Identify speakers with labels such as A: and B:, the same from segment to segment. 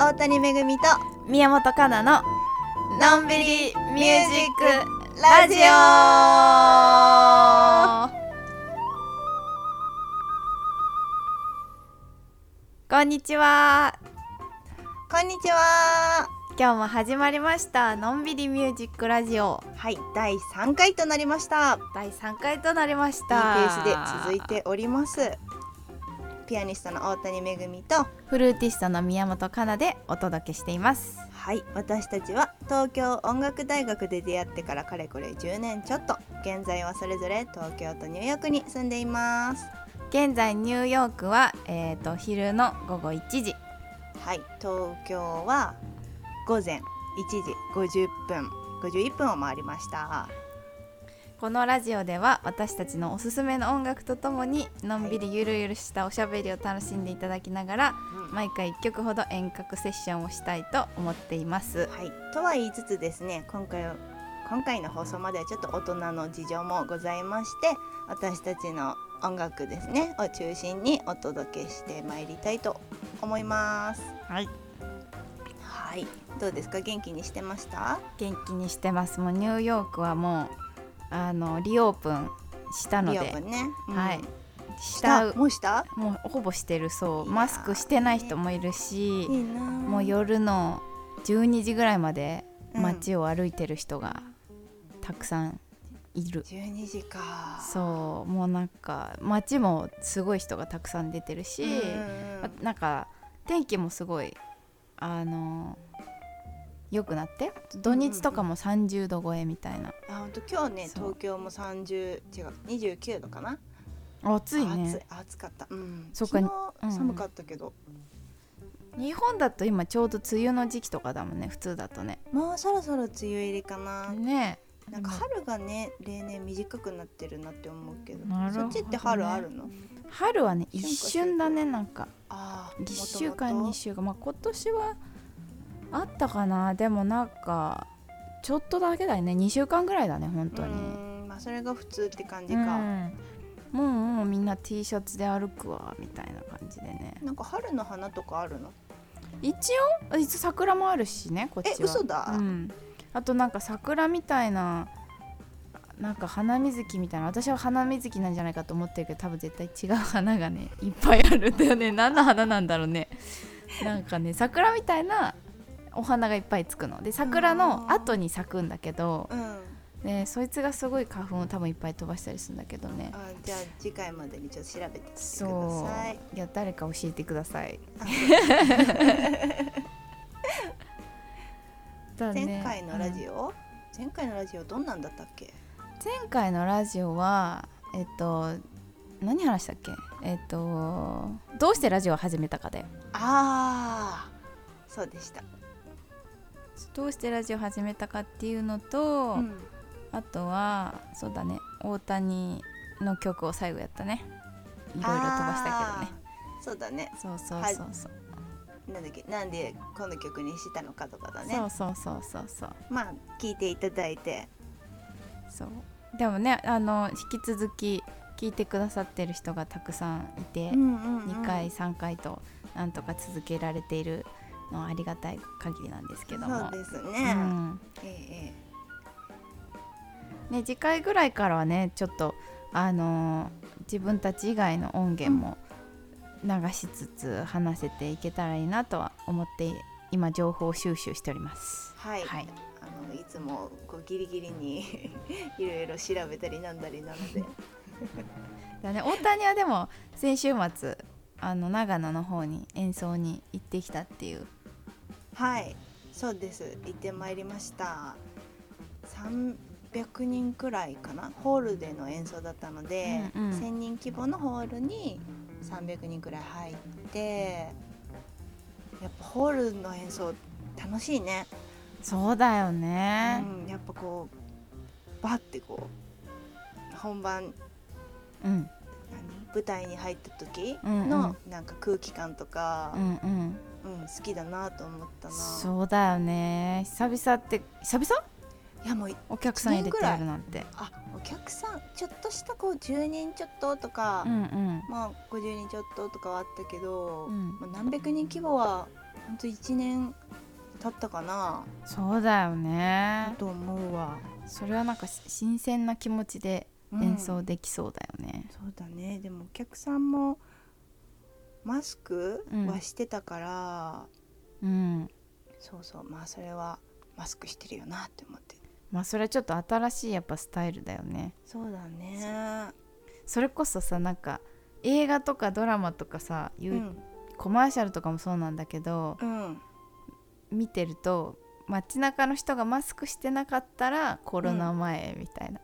A: 大谷めぐみと
B: 宮本かなの
A: のんびりミュージックラジオ
B: こんにちは
A: こんにちは
B: 今日も始まりましたのんびりミュージックラジオ
A: はい第3回となりましたいい
B: 第3回となりまし
A: ペ
B: た
A: ースで続いておりますピアニストの大谷めぐみと
B: フルーティストの宮本かなでお届けしています
A: はい私たちは東京音楽大学で出会ってからかれこれ10年ちょっと現在はそれぞれ東京とニューヨークに住んでいます
B: 現在ニューヨークはえっ、と昼の午後1時
A: はい東京は午前1時50分51分を回りました
B: このラジオでは私たちのおすすめの音楽とともにのんびりゆるゆるしたおしゃべりを楽しんでいただきながら毎回1曲ほど遠隔セッションをしたいと思っています
A: はい、とは言いつつですね今回は今回の放送まではちょっと大人の事情もございまして私たちの音楽ですねを中心にお届けしてまいりたいと思います
B: はい
A: はいどうですか元気にしてました
B: 元気にしてますもうニューヨークはもうあのリオープンしたの
A: リ
B: で
A: オープンね、うん
B: はい
A: し
B: した
A: たもうした
B: もうほぼしてる
A: い
B: そ
A: うやー
B: マスクしてない人もいるし
A: いいな
B: もう夜の12時ぐらいまで
A: うん
B: 街を歩いてる人がたくさんいる、
A: 12時か
B: そうもうなんか街もすごい人がたくさん出てるし、
A: うんうん
B: あなんか天気もすごいあの良くなって土日とかも30度超えみたいな、
A: あ本当今日ね
B: そう
A: 東京も三十違う二十九度かな
B: 暑い
A: 暑い
B: ね
A: 暑かったうん
B: そっか
A: 昨
B: うん
A: 日寒かったけど、
B: 日本だと今ちょうど梅雨の時期とかだもんね普通だとね
A: もうそろそろ梅雨入りかな、
B: ねえ
A: なんか春がね例年短くなってるなって思うけど
B: なるほどね
A: そっちって春あるの
B: 春はね
A: 春夏
B: 一瞬だねなんか
A: ああ
B: 1週間2週間まあ今年はあったかなでもなんかちょっとだけだよね2週間ぐらいだね本当に
A: にまあそれが普通って感じ
B: う
A: か、
B: んもうもうみんな T シャツで歩くわみたいな感じでね
A: なんか春の花とかあるの
B: 一応いつ桜もあるしねこっちは
A: え嘘だ
B: うん、あとなんか桜みたいななんか花水木みたいな私は花水木なんじゃないかと思ってるけど多分絶対違う花がねいっぱいあるんだよね何の花なんだろうねなんかね桜みたいなお花がいっぱいつくので桜の後に咲くんだけど
A: うんあ
B: でそいつがすごい花粉を多分いっぱい飛ばしたりするんだけどね
A: じゃあ次回までにちょっと調べてみてくだ
B: そ
A: さいう
B: いや誰か教えてくださいだね
A: 前回のラ
B: うん
A: ジオ、前回のラジオどんなんだったっけ
B: 前回のラジオはえっと何話したっけえっとどうしてラジオを始めたかだよ
A: ああそうでした、
B: どうしてラジオを始めたかっていうのと、
A: うん
B: あとはそうだね大谷の曲を最後やったねいろいろ飛ばしたけどね
A: あーそうだね
B: そうそうそうそう、
A: なんだっけなんでこの曲にしたのかとかだね
B: そうそうそうそうそう
A: まあ聞いていただいて
B: そうでもねあの引き続き聞いてくださってる人がたくさんいて、2
A: 2
B: 回3回となんとか続けられているのはありがたい限りなんですけど
A: そ
B: も
A: うです
B: う
A: ね、
B: ん
A: ええ
B: ね次回ぐらいからはねちょっとあのー自分たち以外の音源も流しつつ話せていけたらいいなとは思って今情報収集しております。
A: はい、
B: はい、
A: あのいつもこうギリギリに いろいろ調べたりなんだりなので
B: だね大谷はでも先週末あの長野の方に演奏に行ってきたっていう
A: はいそうです行ってまいりました300人くらいかなホールでの演奏だったので、
B: うんうん
A: 1000人規模のホールに300人くらい入ってやっぱホールの演奏楽しいね
B: そうだよね、
A: うん、やっぱこうバッてこう本番
B: うん、
A: 何舞台に入った時
B: うんうん
A: のなんか空気感とか
B: う、んうん
A: うん好きだなと思ったな
B: そうだよね久々って久々
A: いやもう
B: お客さん入れてやるなんて
A: あお客さんちょっとしたこう10人ちょっととか
B: う、んうん
A: まあ50人ちょっととかはあったけど、
B: うん
A: もう何百人規模はほんと1年経ったかな
B: そうだよね
A: と思うわ、
B: それはなんかし新鮮な気持ちで
A: うん
B: 演奏できそうだよね、
A: そうだねでもお客さんもマスク
B: うん
A: はしてたから、
B: うん
A: そうそうまあそれはマスクしてるよなって思って
B: まあそれはちょっと新しいやっぱスタイルだよね
A: そうだね
B: それこそさなんか映画とかドラマとかさ、いううんコマーシャルとかもそうなんだけど
A: うん
B: 見てると街中の人がマスクしてなかったらコロナ前みたいな、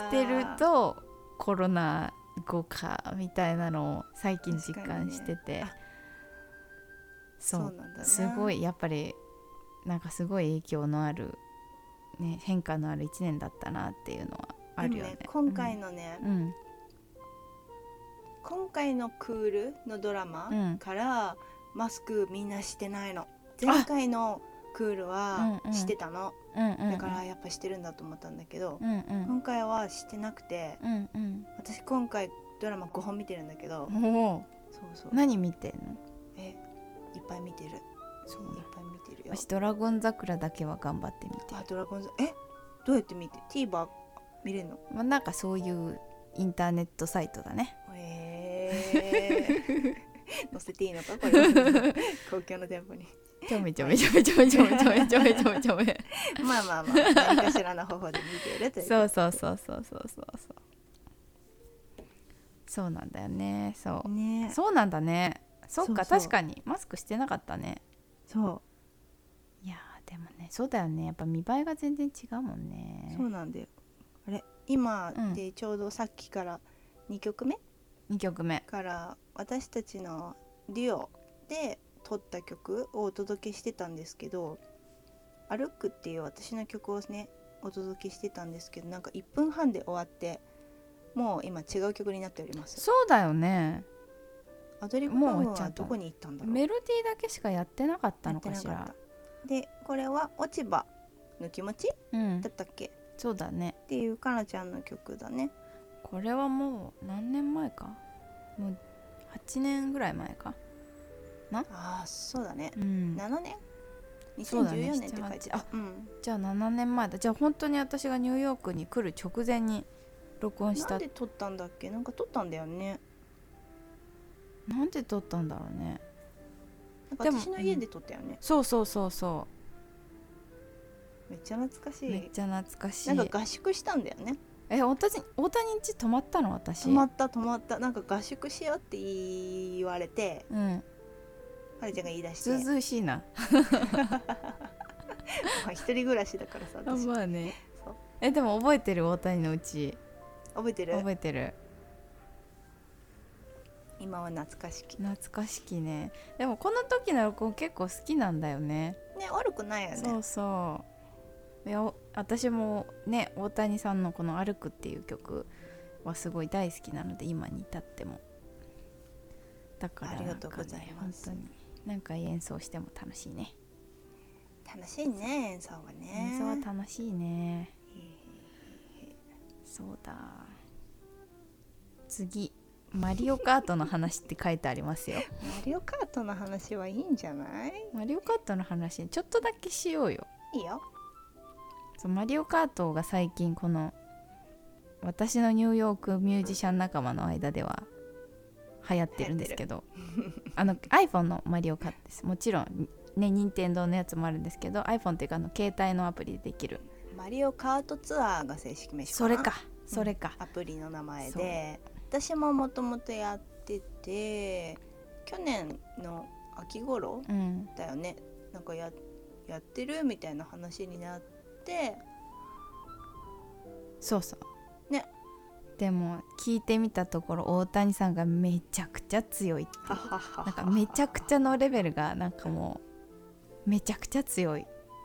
A: し
B: してるとコロナ後かみたいなのを最近実
A: 確かに
B: 感
A: ね
B: してて、
A: あ
B: そう
A: なんだな
B: すごいやっぱりなんかすごい影響のある、ね、変化のある1年だったなっていうのはあるよね
A: でも。今回のね、
B: うん
A: 今回のクールのドラマ
B: うん
A: から、マスクみんなしてないの前回のクールは
B: うんうん
A: してたの、
B: うんうん
A: だからやっぱしてるんだと思ったんだけど、
B: うんうん
A: 今回はしてなくて
B: うんうん
A: 私今回ドラマ5本見てるんだけど、
B: も
A: そうそう
B: う何見てんの
A: えいっぱい見てる
B: そう
A: いっぱい見てるよ
B: 私「ドラゴン桜」だけは頑張って見て
A: あドラゴンズえどうやって見て TVer 見れるの
B: まあ、なんかそういうインターネットサイトだね
A: えー、 載せていいのかこ れ公共の店舗に
B: ちょめちょめちょめちょめちょめちょめちょめちょめちょ め
A: まあまあまあ何かしらの方法で見ているという
B: そうそうそうそうそうそうそうそうなんだよねそ
A: ね
B: うそうなんだねそっか
A: そうそう
B: 確かにマスクしてなかったね
A: そ
B: いやーでもねそうだよねやっぱ見栄えが全然違うもん
A: う
B: ね
A: そうなんだよあれ今
B: うん
A: でちょうどさっきから2曲目
B: 2曲目
A: から私たちのデュオで撮った曲をお届けしてたんですけど「歩く」っていう私の曲をねお届けしてたんですけどなんか1分半で終わってもう今違う曲になっております
B: そうだよね
A: アドリブ
B: もう
A: 部
B: 終
A: 分
B: わっちゃ
A: は
B: った
A: どこに行ったんだろう
B: メロディーだけしかやってなかった
A: や
B: の
A: って
B: か
A: な
B: し
A: からったでこれは「落ち葉の気持ち」
B: うん
A: だったっけ
B: そうだね
A: っていうかなちゃんの曲だね
B: これはもう何年前かもう8年ぐらい前か
A: ああそうだね
B: うん
A: 7年
B: そうだね
A: 2014年って書いて
B: 7
A: あうん
B: じゃあ7年前だじゃあ本当に私がニューヨークに来る直前に録音し
A: な
B: たなんんで
A: で撮ったんだっけなんか撮ったんだよね
B: 撮ったんだろうね
A: なんか
B: でも
A: 私の家で撮ったよね
B: そうそうそうそ
A: めっちゃ懐かし
B: うめっ
A: い
B: ちゃ懐かしい
A: なんか合宿したんだよね
B: え大谷大谷んち泊まったの私
A: 泊まった泊まったなんか合宿しようって言われて
B: うん
A: はるちゃんが言い出して
B: ずうずうしいな
A: まあ一人暮らしだからさ私
B: まあね
A: そう
B: えでも覚えてる大谷のうち
A: 覚えてる
B: 覚えてる
A: 今は懐かしきね
B: 懐かしきねでもこの時の録音結構好きなんだよね
A: 悪くないよ
B: そ
A: ね
B: うそういやお私もね大谷さんのこの「歩く」っていう曲はすごい大好きなので今に至ってもだから
A: ありがとうございます
B: なんかね本当になんか演奏しても楽しいね
A: 楽しいね演奏はね
B: 演奏は楽しいね
A: へえ
B: そうだ次「マリオカートの話」って書いてあ りますよ
A: マリオカートの話はいいんじゃない
B: マリオカートの話ちょっとだけしようよ
A: いいよ
B: そうマリオカートが最近この私のニューヨークミュージシャン仲間の間では流行ってるんですけどあの iPhone のマリオカートですもちろんね任天堂のやつもあるんですけど iPhone っていうかあの携帯のアプリでできる
A: マリオカートツアーが正式名称
B: それかそれか、
A: アプリの名前で私ももともとやってて去年の秋頃
B: うん
A: だよねなんかややってるみたいな話になって
B: そうそう
A: ね
B: でも聞いてみたところ大谷さんがめちゃくちゃ強いっていうなんかめちゃくちゃのレベルがなんかもうめちゃくちゃ強い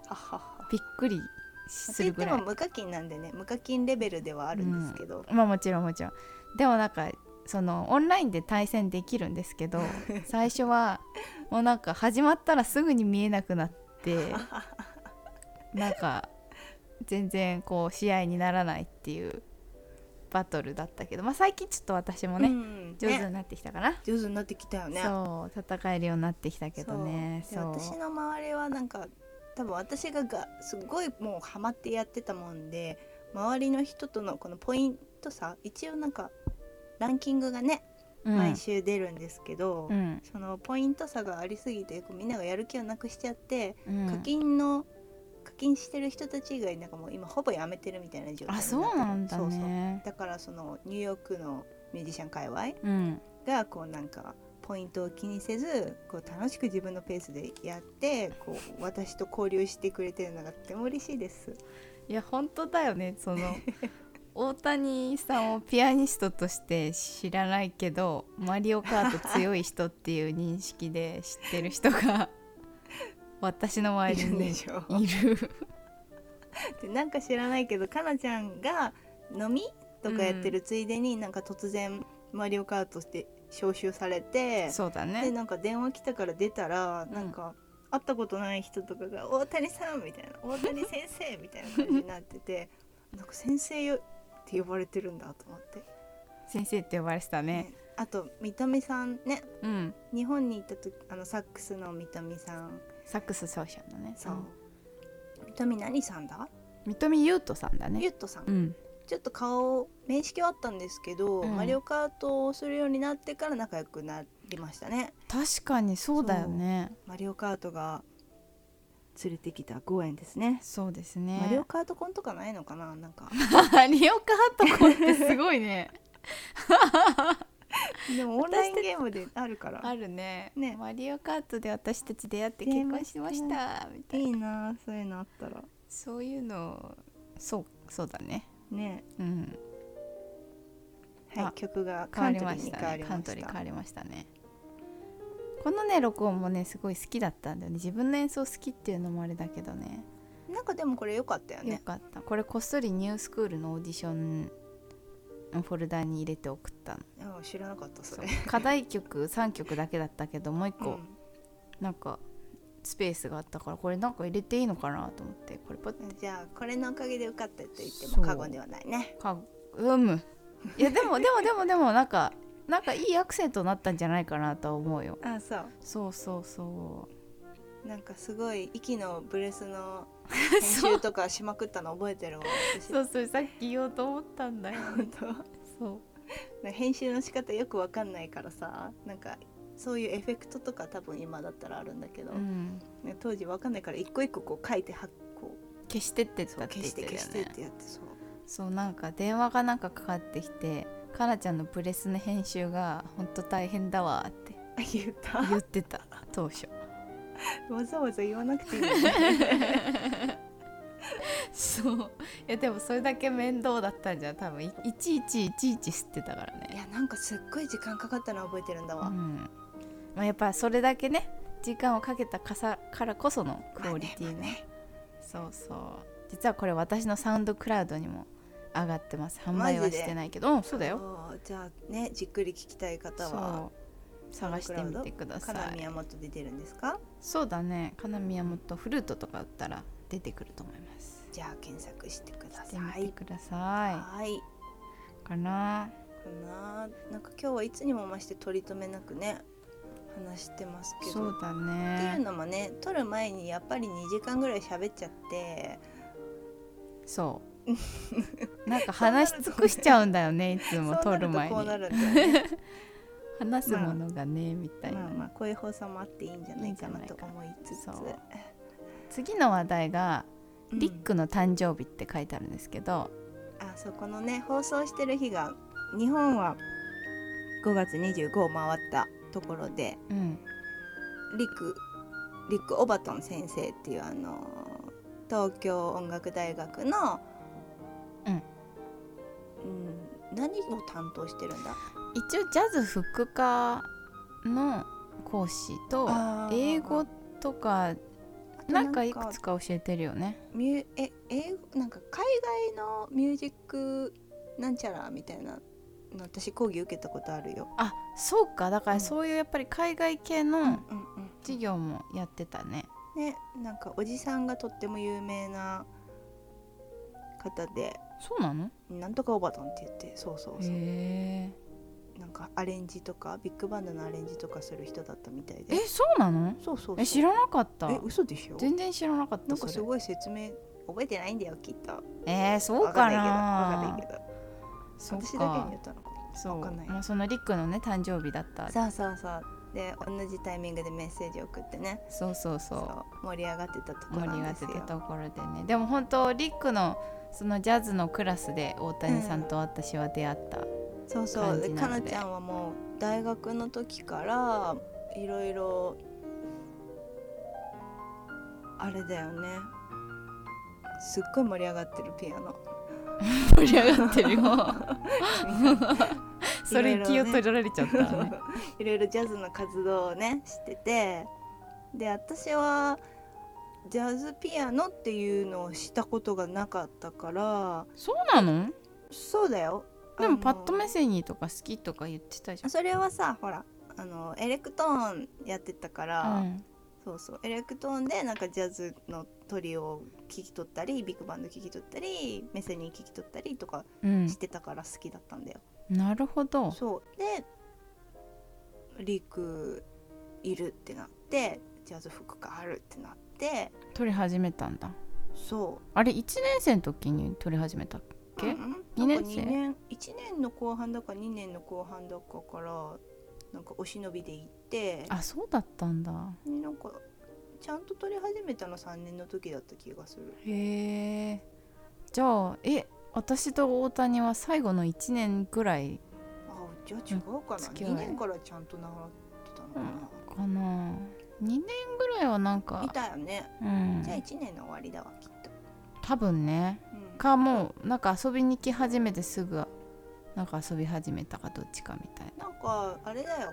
A: ゃっ
B: びっくり
A: て
B: す
A: 言
B: る
A: っ
B: ぐ
A: て
B: ら
A: も
B: い
A: 無課金なんでね無課金レベルではあるんですけど、
B: まあもちろんもちろんでもなんかそのオンラインで対戦できるんです けど最初はもうなんか始まったらすぐに見えなくなって なんか全然こう試合にならないっていうバトルだったけど、まあ、最近ちょっと私もね、
A: うん
B: 上手
A: ね
B: になってきたかな、
A: 上手になってきたよね
B: そう戦えるようになってきたけどね
A: で
B: そう
A: 私の周りはなんか多分私ががすごいもうハマってやってたもんで周りの人とのこのポイント差一応なんかランキングがね、
B: うん
A: 毎週出るんですけど、
B: うん
A: そのポイント差がありすぎてこうみんながやる気をなくしちゃって、
B: うん
A: 課金の課金してる人たち以外なんかもう今ほぼやめてるみたいな状態
B: あそうなんだ
A: そうそう
B: ね
A: だからそのニューヨークのミュージシャン界隈
B: うん
A: がこうなんかポイントを気にせずこう楽しく自分のペースでやってこう私と交流してくれてるのがとても嬉しいです。
B: いや本当だよねそ の大谷さんをピアニストとして知らないけどマリオカート強い人っていう認識で知ってる人 が私の周
A: い
B: り
A: るん
B: に
A: で
B: い
A: しょ
B: る
A: でなんか知らないけどかなちゃんが飲みとかやってるついでに、なんか突然マリオカートして招集されて
B: そうだ
A: で
B: ね
A: なんか電話来たから出たら、
B: うん
A: なんか会ったことない人とかが「大谷さん」みたいな「大谷先生」みたいな感じになって てなんか先生よって呼ばれてるんだと思って、
B: 先生って呼ばれてたね
A: ねあと三富さんね
B: うん
A: 日本に行った時あのサックスの三富さん
B: サックス奏者のね
A: そう、三富何さんだ
B: うん三富優斗さんだ
A: ゆ
B: ね
A: っとさん、
B: うん
A: ちょっと顔面識はあったんですけど、
B: うん
A: マリオカートをするようになってから仲良くなりましたね
B: 確かにそうだよね
A: マリオカートが連れてきた5円ですね
B: そうですね
A: マリオカートコンとかないのかななん か
B: マリオカートコンってすごいね
A: でもオンラインゲームであるから
B: あるね
A: ね
B: マリオカートで私たち出会って
A: 出会い
B: 結
A: ま
B: 婚しましたみたい
A: い
B: ない
A: なそういうのあったら
B: そういうのそうそうだね
A: ね
B: うん
A: は
B: あ
A: い曲が
B: 変
A: カ
B: わ
A: ン
B: り
A: トリ
B: ま
A: ー
B: し
A: に
B: た
A: 変わ
B: ね
A: りました
B: カントリー変わりましたねこのね録音もねすごい好きだったんだよね自分の演奏好きっていうのもあれだけどね
A: なんかでもこれ良かったよ
B: よ
A: ね
B: かったこれこっそりニュースクールのオーディションのフォルダに入れて送ったの
A: うん知らなかったそ
B: そう
A: れ
B: 課題曲3曲だけだったけどもう1個、
A: うん
B: なんかスペースがあったからこれなんか入れていいのかなと思ってこれパッて
A: じゃあこれのおかげで受かったと言って
B: そ
A: も
B: う
A: 過言ではないね
B: かうむいやでもでもでもでもなんかなんかいいアクセントになったんじゃないかなとは思うよ
A: あそう
B: そうそうそ
A: なんかすごい息のブレス の編集とかしまくったの覚えてるわ私
B: うそうそうさっき言おうと思ったんだよ
A: 本当なん
B: そう
A: か編集の仕方よくわかんないからさなんかそういうエフェクトとか多分今だったらあるんだけど、
B: うん
A: ね当時わかんないから一個一個こう書いてはこう
B: 消してってっ
A: そ
B: た
A: う
B: って
A: 消
B: 言
A: し
B: って
A: て消して
B: たよ
A: っ
B: ね
A: てやってそう
B: そうなんか電話がなんかかかってきてかなちゃんのプレスの編集がほんと大変だわって
A: あ言った
B: 言ってた当初
A: わざわざ言わなくていい のに
B: そういやでもそれだけ面倒だったんじゃん多分いいちいちいちいち吸ってたから
A: い
B: ね、
A: やなんかすっごい時間かかったの覚えてるんだ
B: う
A: わ、
B: んまあ、やっぱそれだけね時間をかけたかさからこそのクオリティね,、
A: まあね
B: そうそう実はこれ私のサウンドクラウドにも上がってます販売
A: マ
B: は
A: ジで
B: してないけどうんそうだよ
A: そうじゃあねじっくり聞きたい方は
B: そう探してみてくださ
A: かない宮本で出るんですか
B: そうだね金宮もっとフルートとか打ったら出てくると思います
A: じゃあ検索してくだ
B: して
A: さ
B: みて
A: い
B: くださ
A: はい
B: いかな
A: かななんか今日はいつにも増して取り留めなくね話してますけど
B: そうだ
A: っていう
B: ね
A: のもね撮る前にやっぱり2時間ぐらい喋っちゃって
B: そうなんか話し尽くしちゃうんだよねいつ
A: そう
B: も
A: な
B: 撮
A: る
B: る
A: と
B: 前に
A: こうなるんだよ ね
B: 話すものがね、みたいな、
A: まあまあこういう放送もあっていいんじゃないかなと思いつつ
B: いいんじゃないか次の話題が「
A: うん
B: リックの誕生日」って書いてあるんですけど、
A: あそこのね放送してる日が日本は5月25を回ったところで
B: うん
A: リクリク・オバトン先生っていうあの東京音楽大学の、
B: うん
A: うん何を担当してるんだ
B: 一応ジャズ副科の講師と
A: あー
B: 英語とか
A: あと
B: なんかいくつか教えてるよね
A: ミュえ英語なんか海外のミュージックなんちゃらみたいなの私講義受けたことあるよ。
B: あそうかだか
A: うん
B: らそういうやっぱり海外系
A: うん
B: の
A: うんうん
B: 授業もやってたね
A: ねなんかおじさんがとっても有名な方で
B: そうなの
A: なんとかおばたんって言ってそうそうそう、
B: へ
A: なんかアレンジとかビッグバンドのアレンジとかする人だったみたいで
B: ええそうなの
A: そうそうそう
B: え知らなかった
A: え嘘でしょ
B: 全然知らなかっ
A: な
B: た
A: んかす
B: それ
A: ごい説明覚えてないんだよきっと
B: えー、そう
A: わか
B: か
A: んないけどわかん
B: な
A: ないけど
B: そう
A: 私だけに
B: か
A: 言ったのかな
B: そう
A: わかんない
B: まあ、そのリックのね誕生日だった
A: そうそうそうで同じタイミングでメッセージ送ってね
B: そうそうそう
A: そう盛り上がってたとこな
B: 盛り上
A: ん
B: が
A: で
B: っ
A: す
B: て
A: よ
B: たところでねでも本当リックのそのジャズのクラスで大谷さんと私は出会った、
A: そうそうで
B: 感じ
A: か
B: なの
A: な
B: で
A: ちゃんはもう大学の時からいろいろあれだよねすっごい盛り上がってるピアノ
B: 盛り上がってる よそれ気を取られちゃったわね
A: いろいろジャズの活動をねしててで私はジャズピアノっていうのをしたことがなかったから
B: そうなの
A: そうだよ
B: で
A: あ
B: も
A: の
B: パッとメッセージとか好きとか言ってたじ
A: それはさほらあのエレクトーンやってたから、
B: ゃん、うん、
A: そうそうエレクトーンでなんかジャズのトリオを聴き取ったりビッグバンド聴き取ったりメセニー聴き取ったりとか
B: うん
A: してたから好きだったんだよ、
B: なるほど
A: そうでリクいるってなってジャズ服があるってなって
B: 取り始めたんだ
A: そ
B: あれ1年生の時に取り始めた
A: う
B: え
A: うん
B: 二
A: なん
B: 年
A: か
B: 生
A: 二年1年の後半だか2年の後半だかからなんかお忍びで行って
B: あそうだったんだ
A: でなんかちゃんと撮り始めたの3年の時だった気がする
B: へえじゃあえ私と大谷は最後の1年ぐらい
A: あじゃあ違うかな
B: 付き合い
A: 2年からちゃんと習ってたのかな、
B: かな2年ぐらいはなん
A: 見
B: か、
A: たよね
B: うん
A: じゃあ、1年の終わりだわきっと、
B: 多分ね
A: うん、
B: かもうなんか遊びに来始めてすぐなんか遊び始めたかどっちかみたい
A: なんかあれだよ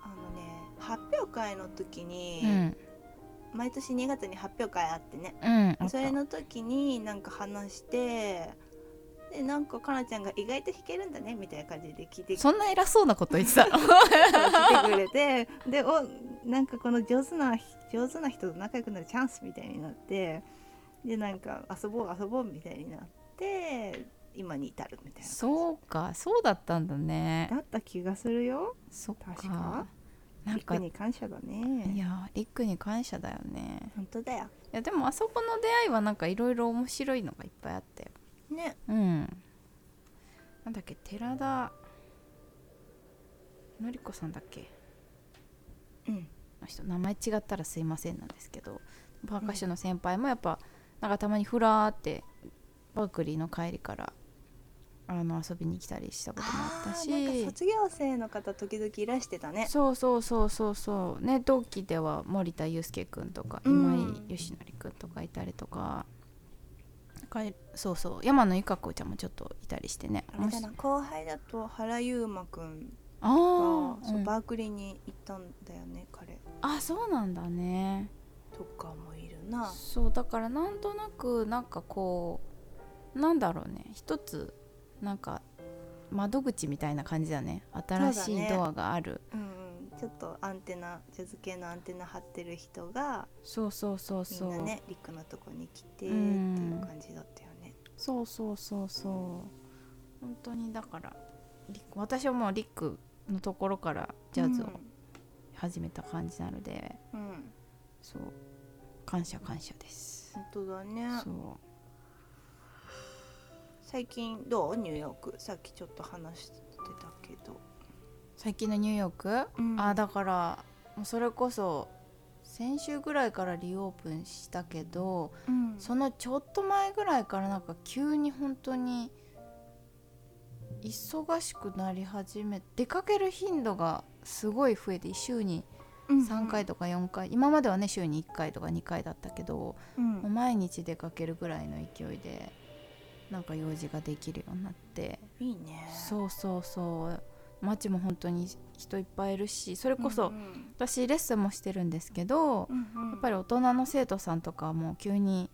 A: あのね発表会の時に、
B: な
A: 毎年2月に発表会あってね
B: うんうんあった
A: それの時になんか話してでなんかかなちゃんが意外と弾けるんだねみたいな感じで聞いてきて
B: そんな偉そうなこと言ってた
A: 来てくれてでおなんかこの上手な上手な人と仲良くなるチャンスみたいになってでなんか遊ぼう遊ぼうみたいになって今に至るみたいな
B: そうかそうだったんだね
A: だった気がするよ
B: そっか
A: 確か
B: なん
A: リク
B: か
A: に感謝だ
B: い
A: ね
B: やリックに感謝だよね
A: 本当だよ
B: いやでもあそこの出会いはなんかいろいろ面白いのがいっぱいあったよ
A: ね
B: うんなんだっけ寺田のりこさんだっけ
A: うん
B: あの人名前違ったらすいませんなんですけどパーカッションの先輩もやっぱなんかたまにふらーってバークリーの帰りからあの遊びに来たりしたこともあった
A: あ
B: し
A: ーなんか卒業生の方時々いらしてたね
B: そうそうそうそうそうね同期では森田祐介くんとか
A: うん
B: 今井義則くんとかいたりとか,、なんかそうそう山野由香子ちゃんもちょっといたりしてね
A: あれだな後輩だと原優馬くん
B: あ
A: が、
B: ー
A: そう
B: うん
A: バークリーに行ったんだよね彼
B: あそうなんだね
A: とかもいるな
B: そうだからなんとなくなんかこうなんだろうね一つなんか窓口みたいな感じだね新し
A: そうだ
B: い
A: ね
B: ドアがある
A: うんうん、ちょっとアンテナジャズ系のアンテナ張ってる人が
B: そう,、そうそう
A: み
B: そ
A: ん
B: う
A: なねリックのとこに来てっていう
B: うん
A: 感じだったよね。
B: そうそうそうそう本当にだからリック私はもうリックのところからジャズを始めた感じなので、
A: うん、うん、
B: そう感謝感謝です、
A: 本当だね
B: そう
A: 最近どうニューヨークさっきちょっと話してたけど、
B: 最近のニューヨーク、
A: うん
B: あだからもうそれこそ先週ぐらいからリオープンしたけど
A: うん
B: そのちょっと前ぐらいからなんか急に本当に忙しくなり始め出かける頻度がすごい増えて週に3回、とか4回、今まではね週に1回とか2回だったけど、
A: うん
B: もう毎日出かけるぐらいの勢いでなんか用事ができるようになって
A: いいね
B: そうそうそう街も本当に人いっぱいいるしそれこそ、
A: うん
B: 私レッスンもしてるんですけど、
A: うんうんうん
B: やっぱり大人の生徒さんとかはもう急に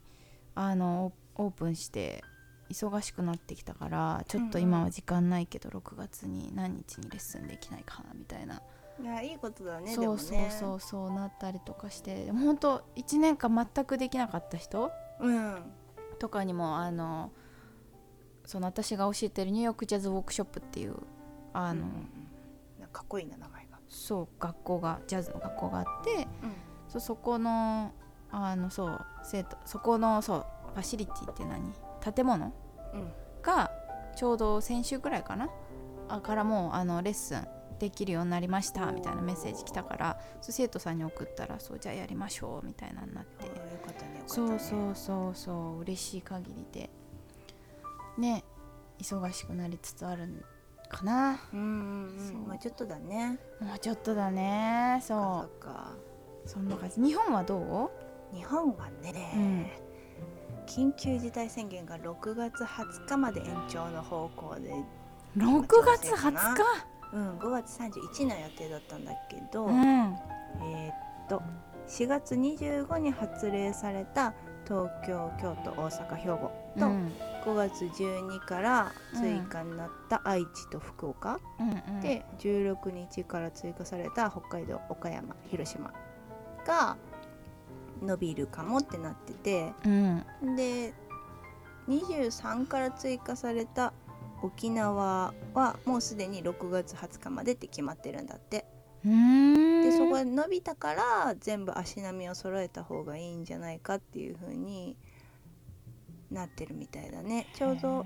B: あのオオープンして忙しくなってきたからちょっと今は時間ないけど6月に何日にレッスンできないかなみたいな、
A: いやいいことだね
B: そう
A: で
B: そ
A: も
B: う
A: ね
B: そうそうなったりとかしてでも本当1年間全くできなかった人
A: うん
B: とかにもあのその私が教えてるニューヨークジャズウォークショップっていうあの、
A: うんかっこいいな名前が、
B: そう学校がジャズの学校があってそうそこのあのそう生徒そこのそうファシリティって何建物
A: うんうん
B: がちょうど先週ぐらいかなあからもうあのレッスンできるようになりましたみたいなメッセージ来たからそう生徒さんに送ったらそうじゃあやりましょうみたいなのになっ
A: あ
B: て
A: ーよかったねよかったね
B: そうそうそうそう嬉しい限りでね忙しくなりつつあるんかな
A: うんうんうん
B: そう
A: まあちょっとだね
B: もうちょっとだね
A: そ
B: そう
A: っか
B: そんな感じ日本はど
A: 日本はね、緊急事態宣言が6月20日まで延長の方向で、
B: う
A: も
B: 6
A: ちろん
B: 月
A: そうかな
B: 20日
A: うん、5月31の予定だったんだけど、
B: うん
A: えーっと4月25に発令された東京京都大阪兵庫と、
B: うん
A: 5月12から追加になった愛知と福岡、
B: うんうん、
A: で16日から追加された北海道岡山広島が伸びるかもってなってて
B: うん
A: で23から追加された沖縄はもうすでに6月20日までって決まってるんだって。
B: うーん
A: でそこが伸びたから全部足並みを揃えた方がいいんじゃないかっていう風になってるみたいだねちょうど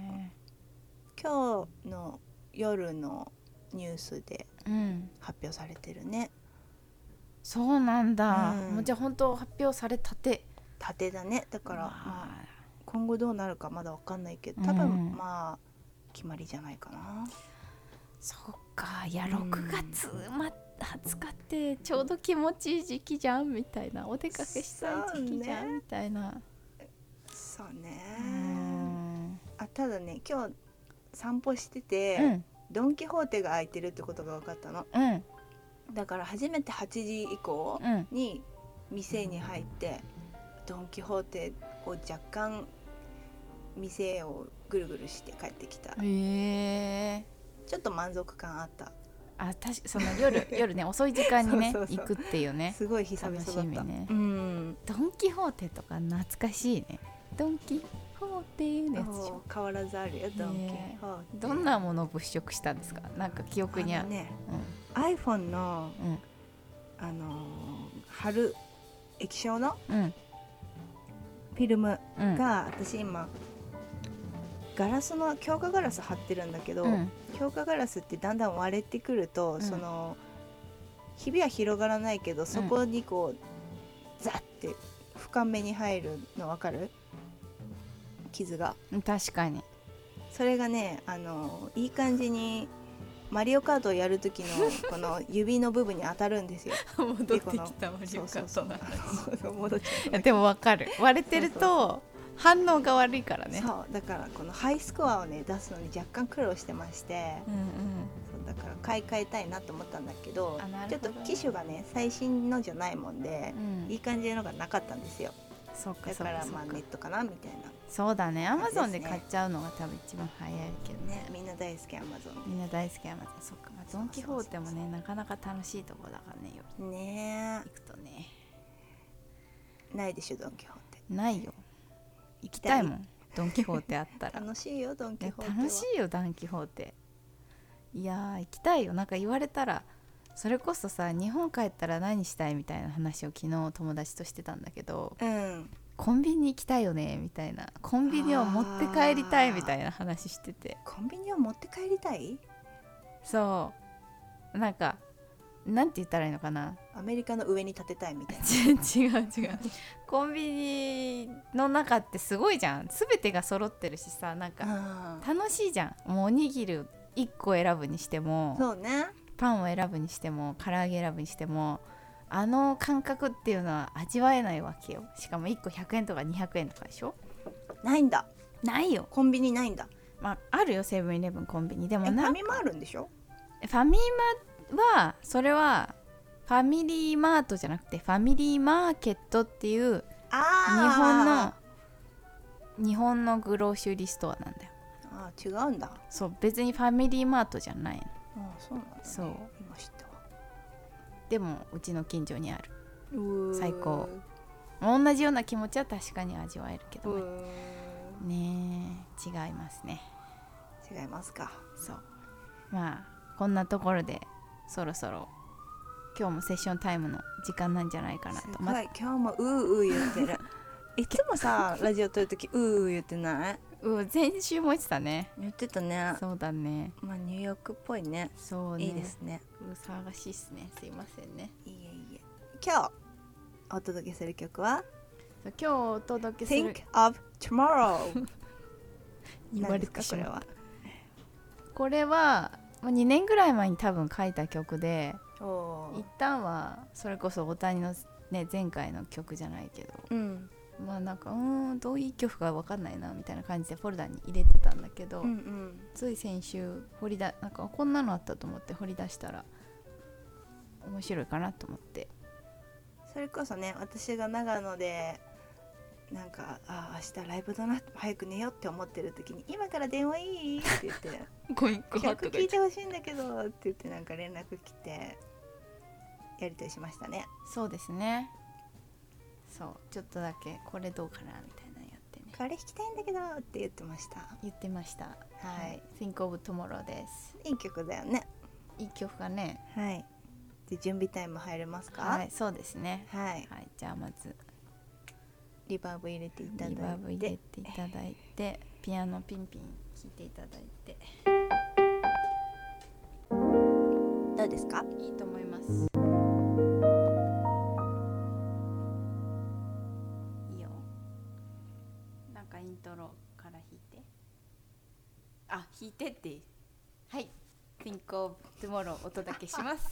A: 今日の夜のニュースで
B: へーうん
A: 発表されてるね
B: そうなんだ、
A: うん
B: もうじゃあ本当発表されたて
A: 縦だねだから、まあ、
B: まあ
A: 今後どうなるかまだわかんないけど
B: うん
A: 多分まあ決まりじゃないかな
B: そっかいや
A: うん
B: 6月、ま、20日ってちょうど気持ちいい時期じゃんみたいなお出かけしたい時期じゃ、
A: そうんね
B: みたいな
A: そう
B: う
A: ね
B: ーん
A: あただね今日散歩してて、
B: うん
A: ドン・キホーテが開いてるってことが分かったの
B: うん
A: だから初めて8時以降、
B: うん
A: に店に入ってドン・キホーテを若干店をぐるぐるして帰ってきた
B: へえ
A: ちょっと満足感あった
B: あ確かその夜夜ね遅い時間にね
A: そうそうそう
B: 行くっていうね
A: すごい久々だ
B: 楽し
A: っ
B: み
A: た、
B: ね
A: うん
B: ドン・キホーテとか懐かしいねドン・キホーテのやつでしょ
A: 変わらずあるよドン・キホーテ
B: どんなものを物色したんですかなんか記憶に
A: あ
B: あ
A: の
B: る
A: ね iPhone の、
B: うん
A: あのー貼る液晶の
B: うんうん
A: フィルム
B: うん
A: が、私今ガラスの強化ガラス貼ってるんだけど、
B: うん
A: 強化ガラスってだんだん割れてくると、
B: ん
A: そのひびは広がらないけどそこにこう、ザッて深めに入るの分かる傷が
B: 確かに
A: それがねあのいい感じにマリオカートをやる 時のこの指の部分に当たるんですよ。
B: 戻
A: ってき
B: たマ
A: そうそうそうあの戻っちゃった
B: でもわかる割れてると反応が悪いからね
A: そうだからこのハイスコアをね出すのに若干苦労してまして、
B: うんうん
A: そうだから買い替えたいなと思ったんだけど
B: あな
A: ちょ
B: る
A: っ
B: ほど
A: と
B: ね
A: 機種がね最新のじゃないもんで
B: う、ん
A: いい感じのがなかったんですよ
B: そうか
A: だ
B: そ
A: か
B: うからそう
A: まあ
B: か
A: ネットかなみたいな
B: そうだねアマゾンで
A: ですね
B: 買っちゃうのが多分一番早いけど
A: ね
B: ね
A: みんな大好きアマゾン
B: みんな大好きアマゾンそっかまあドン・キホーテも
A: そうそう
B: ねなかなか楽しいとこだからね夜
A: ね
B: 行くとね
A: えないでしょドン・キホーテ
B: ないよ行きたいもんドン・キホーテあったら
A: 楽しい よドン・
B: い
A: キ
B: や
A: ホーテは
B: 楽しいよドン・キホーテいやー行きたいよなんか言われたらそれこそさ日本帰ったら何したいみたいな話を昨日友達としてたんだけど
A: うん
B: コンビニ行きたいよねみたいなコンビニを持って帰りたいみたいな話してて
A: コンビニを持って帰りたい
B: そうなんかなんて言ったらいいのかな
A: アメリカの上に建てたいみたいな
B: 違う違う違うコンビニの中ってすごいじゃん全てが揃ってるしさなんか
A: あ
B: 楽しいじゃんもうおにぎり1個選ぶにしても
A: ーそうね
B: パンを選ぶにしても唐揚げ選ぶにしてもあの感覚っていうのは味わえないわけよしかも1個100円とか200円とかでしょ
A: ないんだ
B: ないよ
A: コンビニないんだ
B: まああるよセブンイレブンコンビニで
A: え
B: も
A: フ
B: な
A: ァ
B: フ
A: ミマあるんでしょ
B: ァミマはそれはファミリーマートじゃなくてファミリーマーケットっていう日本の
A: あ
B: 日本のグローシュリーストアなんだよ
A: 日本のあー違うんだ
B: そう別にファミリーマートじゃないの
A: あーそうなんだ、ね、
B: そう
A: 今知ったわ
B: でもうちの近所にある
A: うー
B: 最高同じような気持ちは確かに味わえるけ
A: う
B: ど
A: ーん
B: ねえ違いますね
A: 違いますか
B: そうまあこんなところでそろそろ今日もセッションタイムの時間なんじゃないかな
A: す
B: と
A: ご
B: ま
A: い今日もうーうー言 ってるいつもさラジオ撮るときうーうー言ってない
B: うん先週も言ってたね
A: 言ってたね
B: そうだね
A: まあニューヨークっぽいね
B: そうね
A: いいですね
B: うん騒がしいっすねすいませんね
A: いいえいいえ今日お届けする曲は
B: そう今日お届けする
A: Think of Tomorrow
B: 言われて
A: 何ですか
B: し
A: これ
B: まう
A: は
B: これはまあ2年ぐらい前に多分書いた曲で
A: お
B: 一旦はそれこそ大谷のね前回の曲じゃないけど
A: うん
B: まあなんかうーんどういう曲か分かんないなみたいな感じでフォルダに入れてたんだけど、
A: うんうん
B: つい先週掘りだなんかこんなのあったと思って掘り出したら面白いかなと思って
A: それこそね私が長野でなんかあー明日ライブだな早く寝ようって思ってる時に「今から電話いい?」って言って
B: ごめ
A: 「
B: ん
A: 曲聞いてほしいんだけど」って言ってなんか連絡来てやり取りしましたね
B: そうですねそうちょっとだけこれどうかなみたいなのやってね
A: 「これ弾きたいんだけど」って言ってました
B: 言ってました
A: はい
B: 「Think of Tomorrow」です
A: いい曲だよね
B: いい曲がね
A: はいで準備タイム入れますか
B: はいそうですね
A: はい、
B: はいじゃあまず
A: リバーブ入れていただいて
B: リバーブ入れていただいてピアノピンピン聴いていただいて
A: どうですか
B: いいと思いますいいよなんかイントロから弾いてあ弾いてってはい Think of Tomorrow お届けします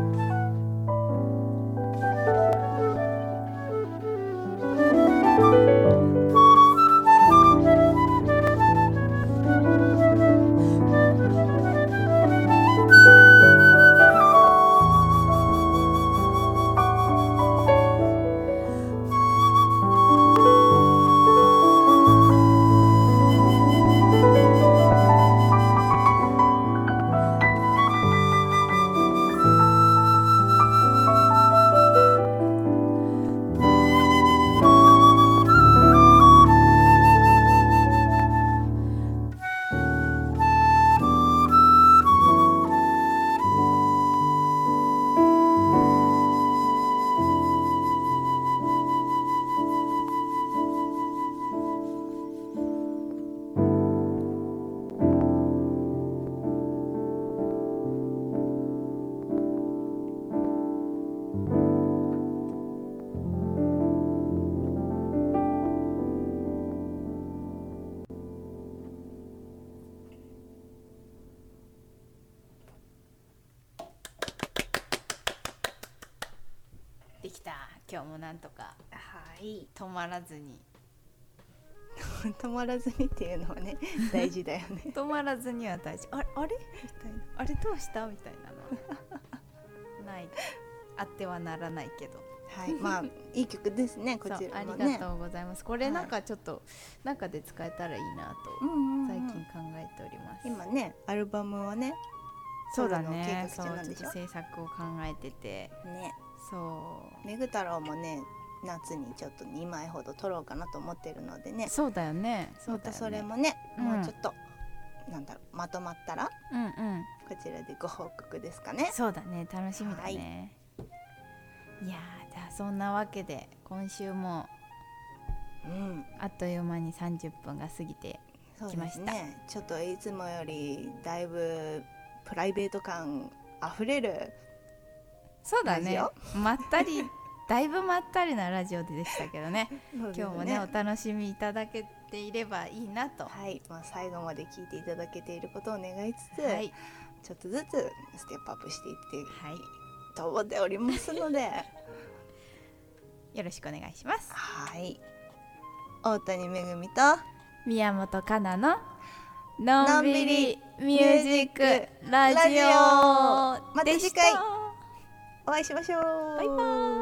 B: できた今日もなんとか
A: はい
B: 止まらずに
A: 止まらずにっていうのは ね大事だよね
B: 止まらずには大事あれあれみたいなあれどうしたみたいなの ないあってはならないけど
A: はいまあいい曲ですねこちらも
B: そうあり
A: ね
B: がとうございますこれ
A: はい
B: なんかちょっと、なんかで使えたらいいなと
A: うんうんうん
B: 最近考えております、
A: 今ねアルバムをね
B: そうだ
A: 撮るのを計
B: ね
A: 画
B: そう
A: 中なん
B: ちょ
A: で
B: っ
A: し
B: と
A: ょ
B: 制作を考えてて
A: ね
B: そ
A: めぐ太郎もね夏にちょっと2枚ほど撮ろうかなと思ってるのでね
B: うそうだよねそ
A: ま
B: う
A: た
B: だよね
A: それもね
B: うん
A: もうちょっと、なんだろうまとまったら
B: うんうん
A: こちらでご報告ですかね
B: そうだね楽しみだね、い、やーじゃあそんなわけで今週も
A: うん
B: あっという間に30分が過ぎて
A: そうですねちょっといつもよりだいぶプライベート感あふれる
B: そうだ
A: ラジ
B: ね
A: オ
B: まったり だいぶまったりなラジオでしたけどね
A: 今
B: 今日もねお楽しみいただけていればいいなとは
A: はい、まあ、最後まで聞いていただけていることを願いつつ、
B: い
A: ちょっとずつステップアップしていって
B: はい
A: と思っておりますので
B: よろしくお願いします
A: はい大谷めぐみと
B: 宮本かなののんびりミュージックラジ
A: ラジオま
B: オ
A: た
B: で
A: 次
B: し
A: 回
B: た
A: お会いしましょう
B: バイバーイ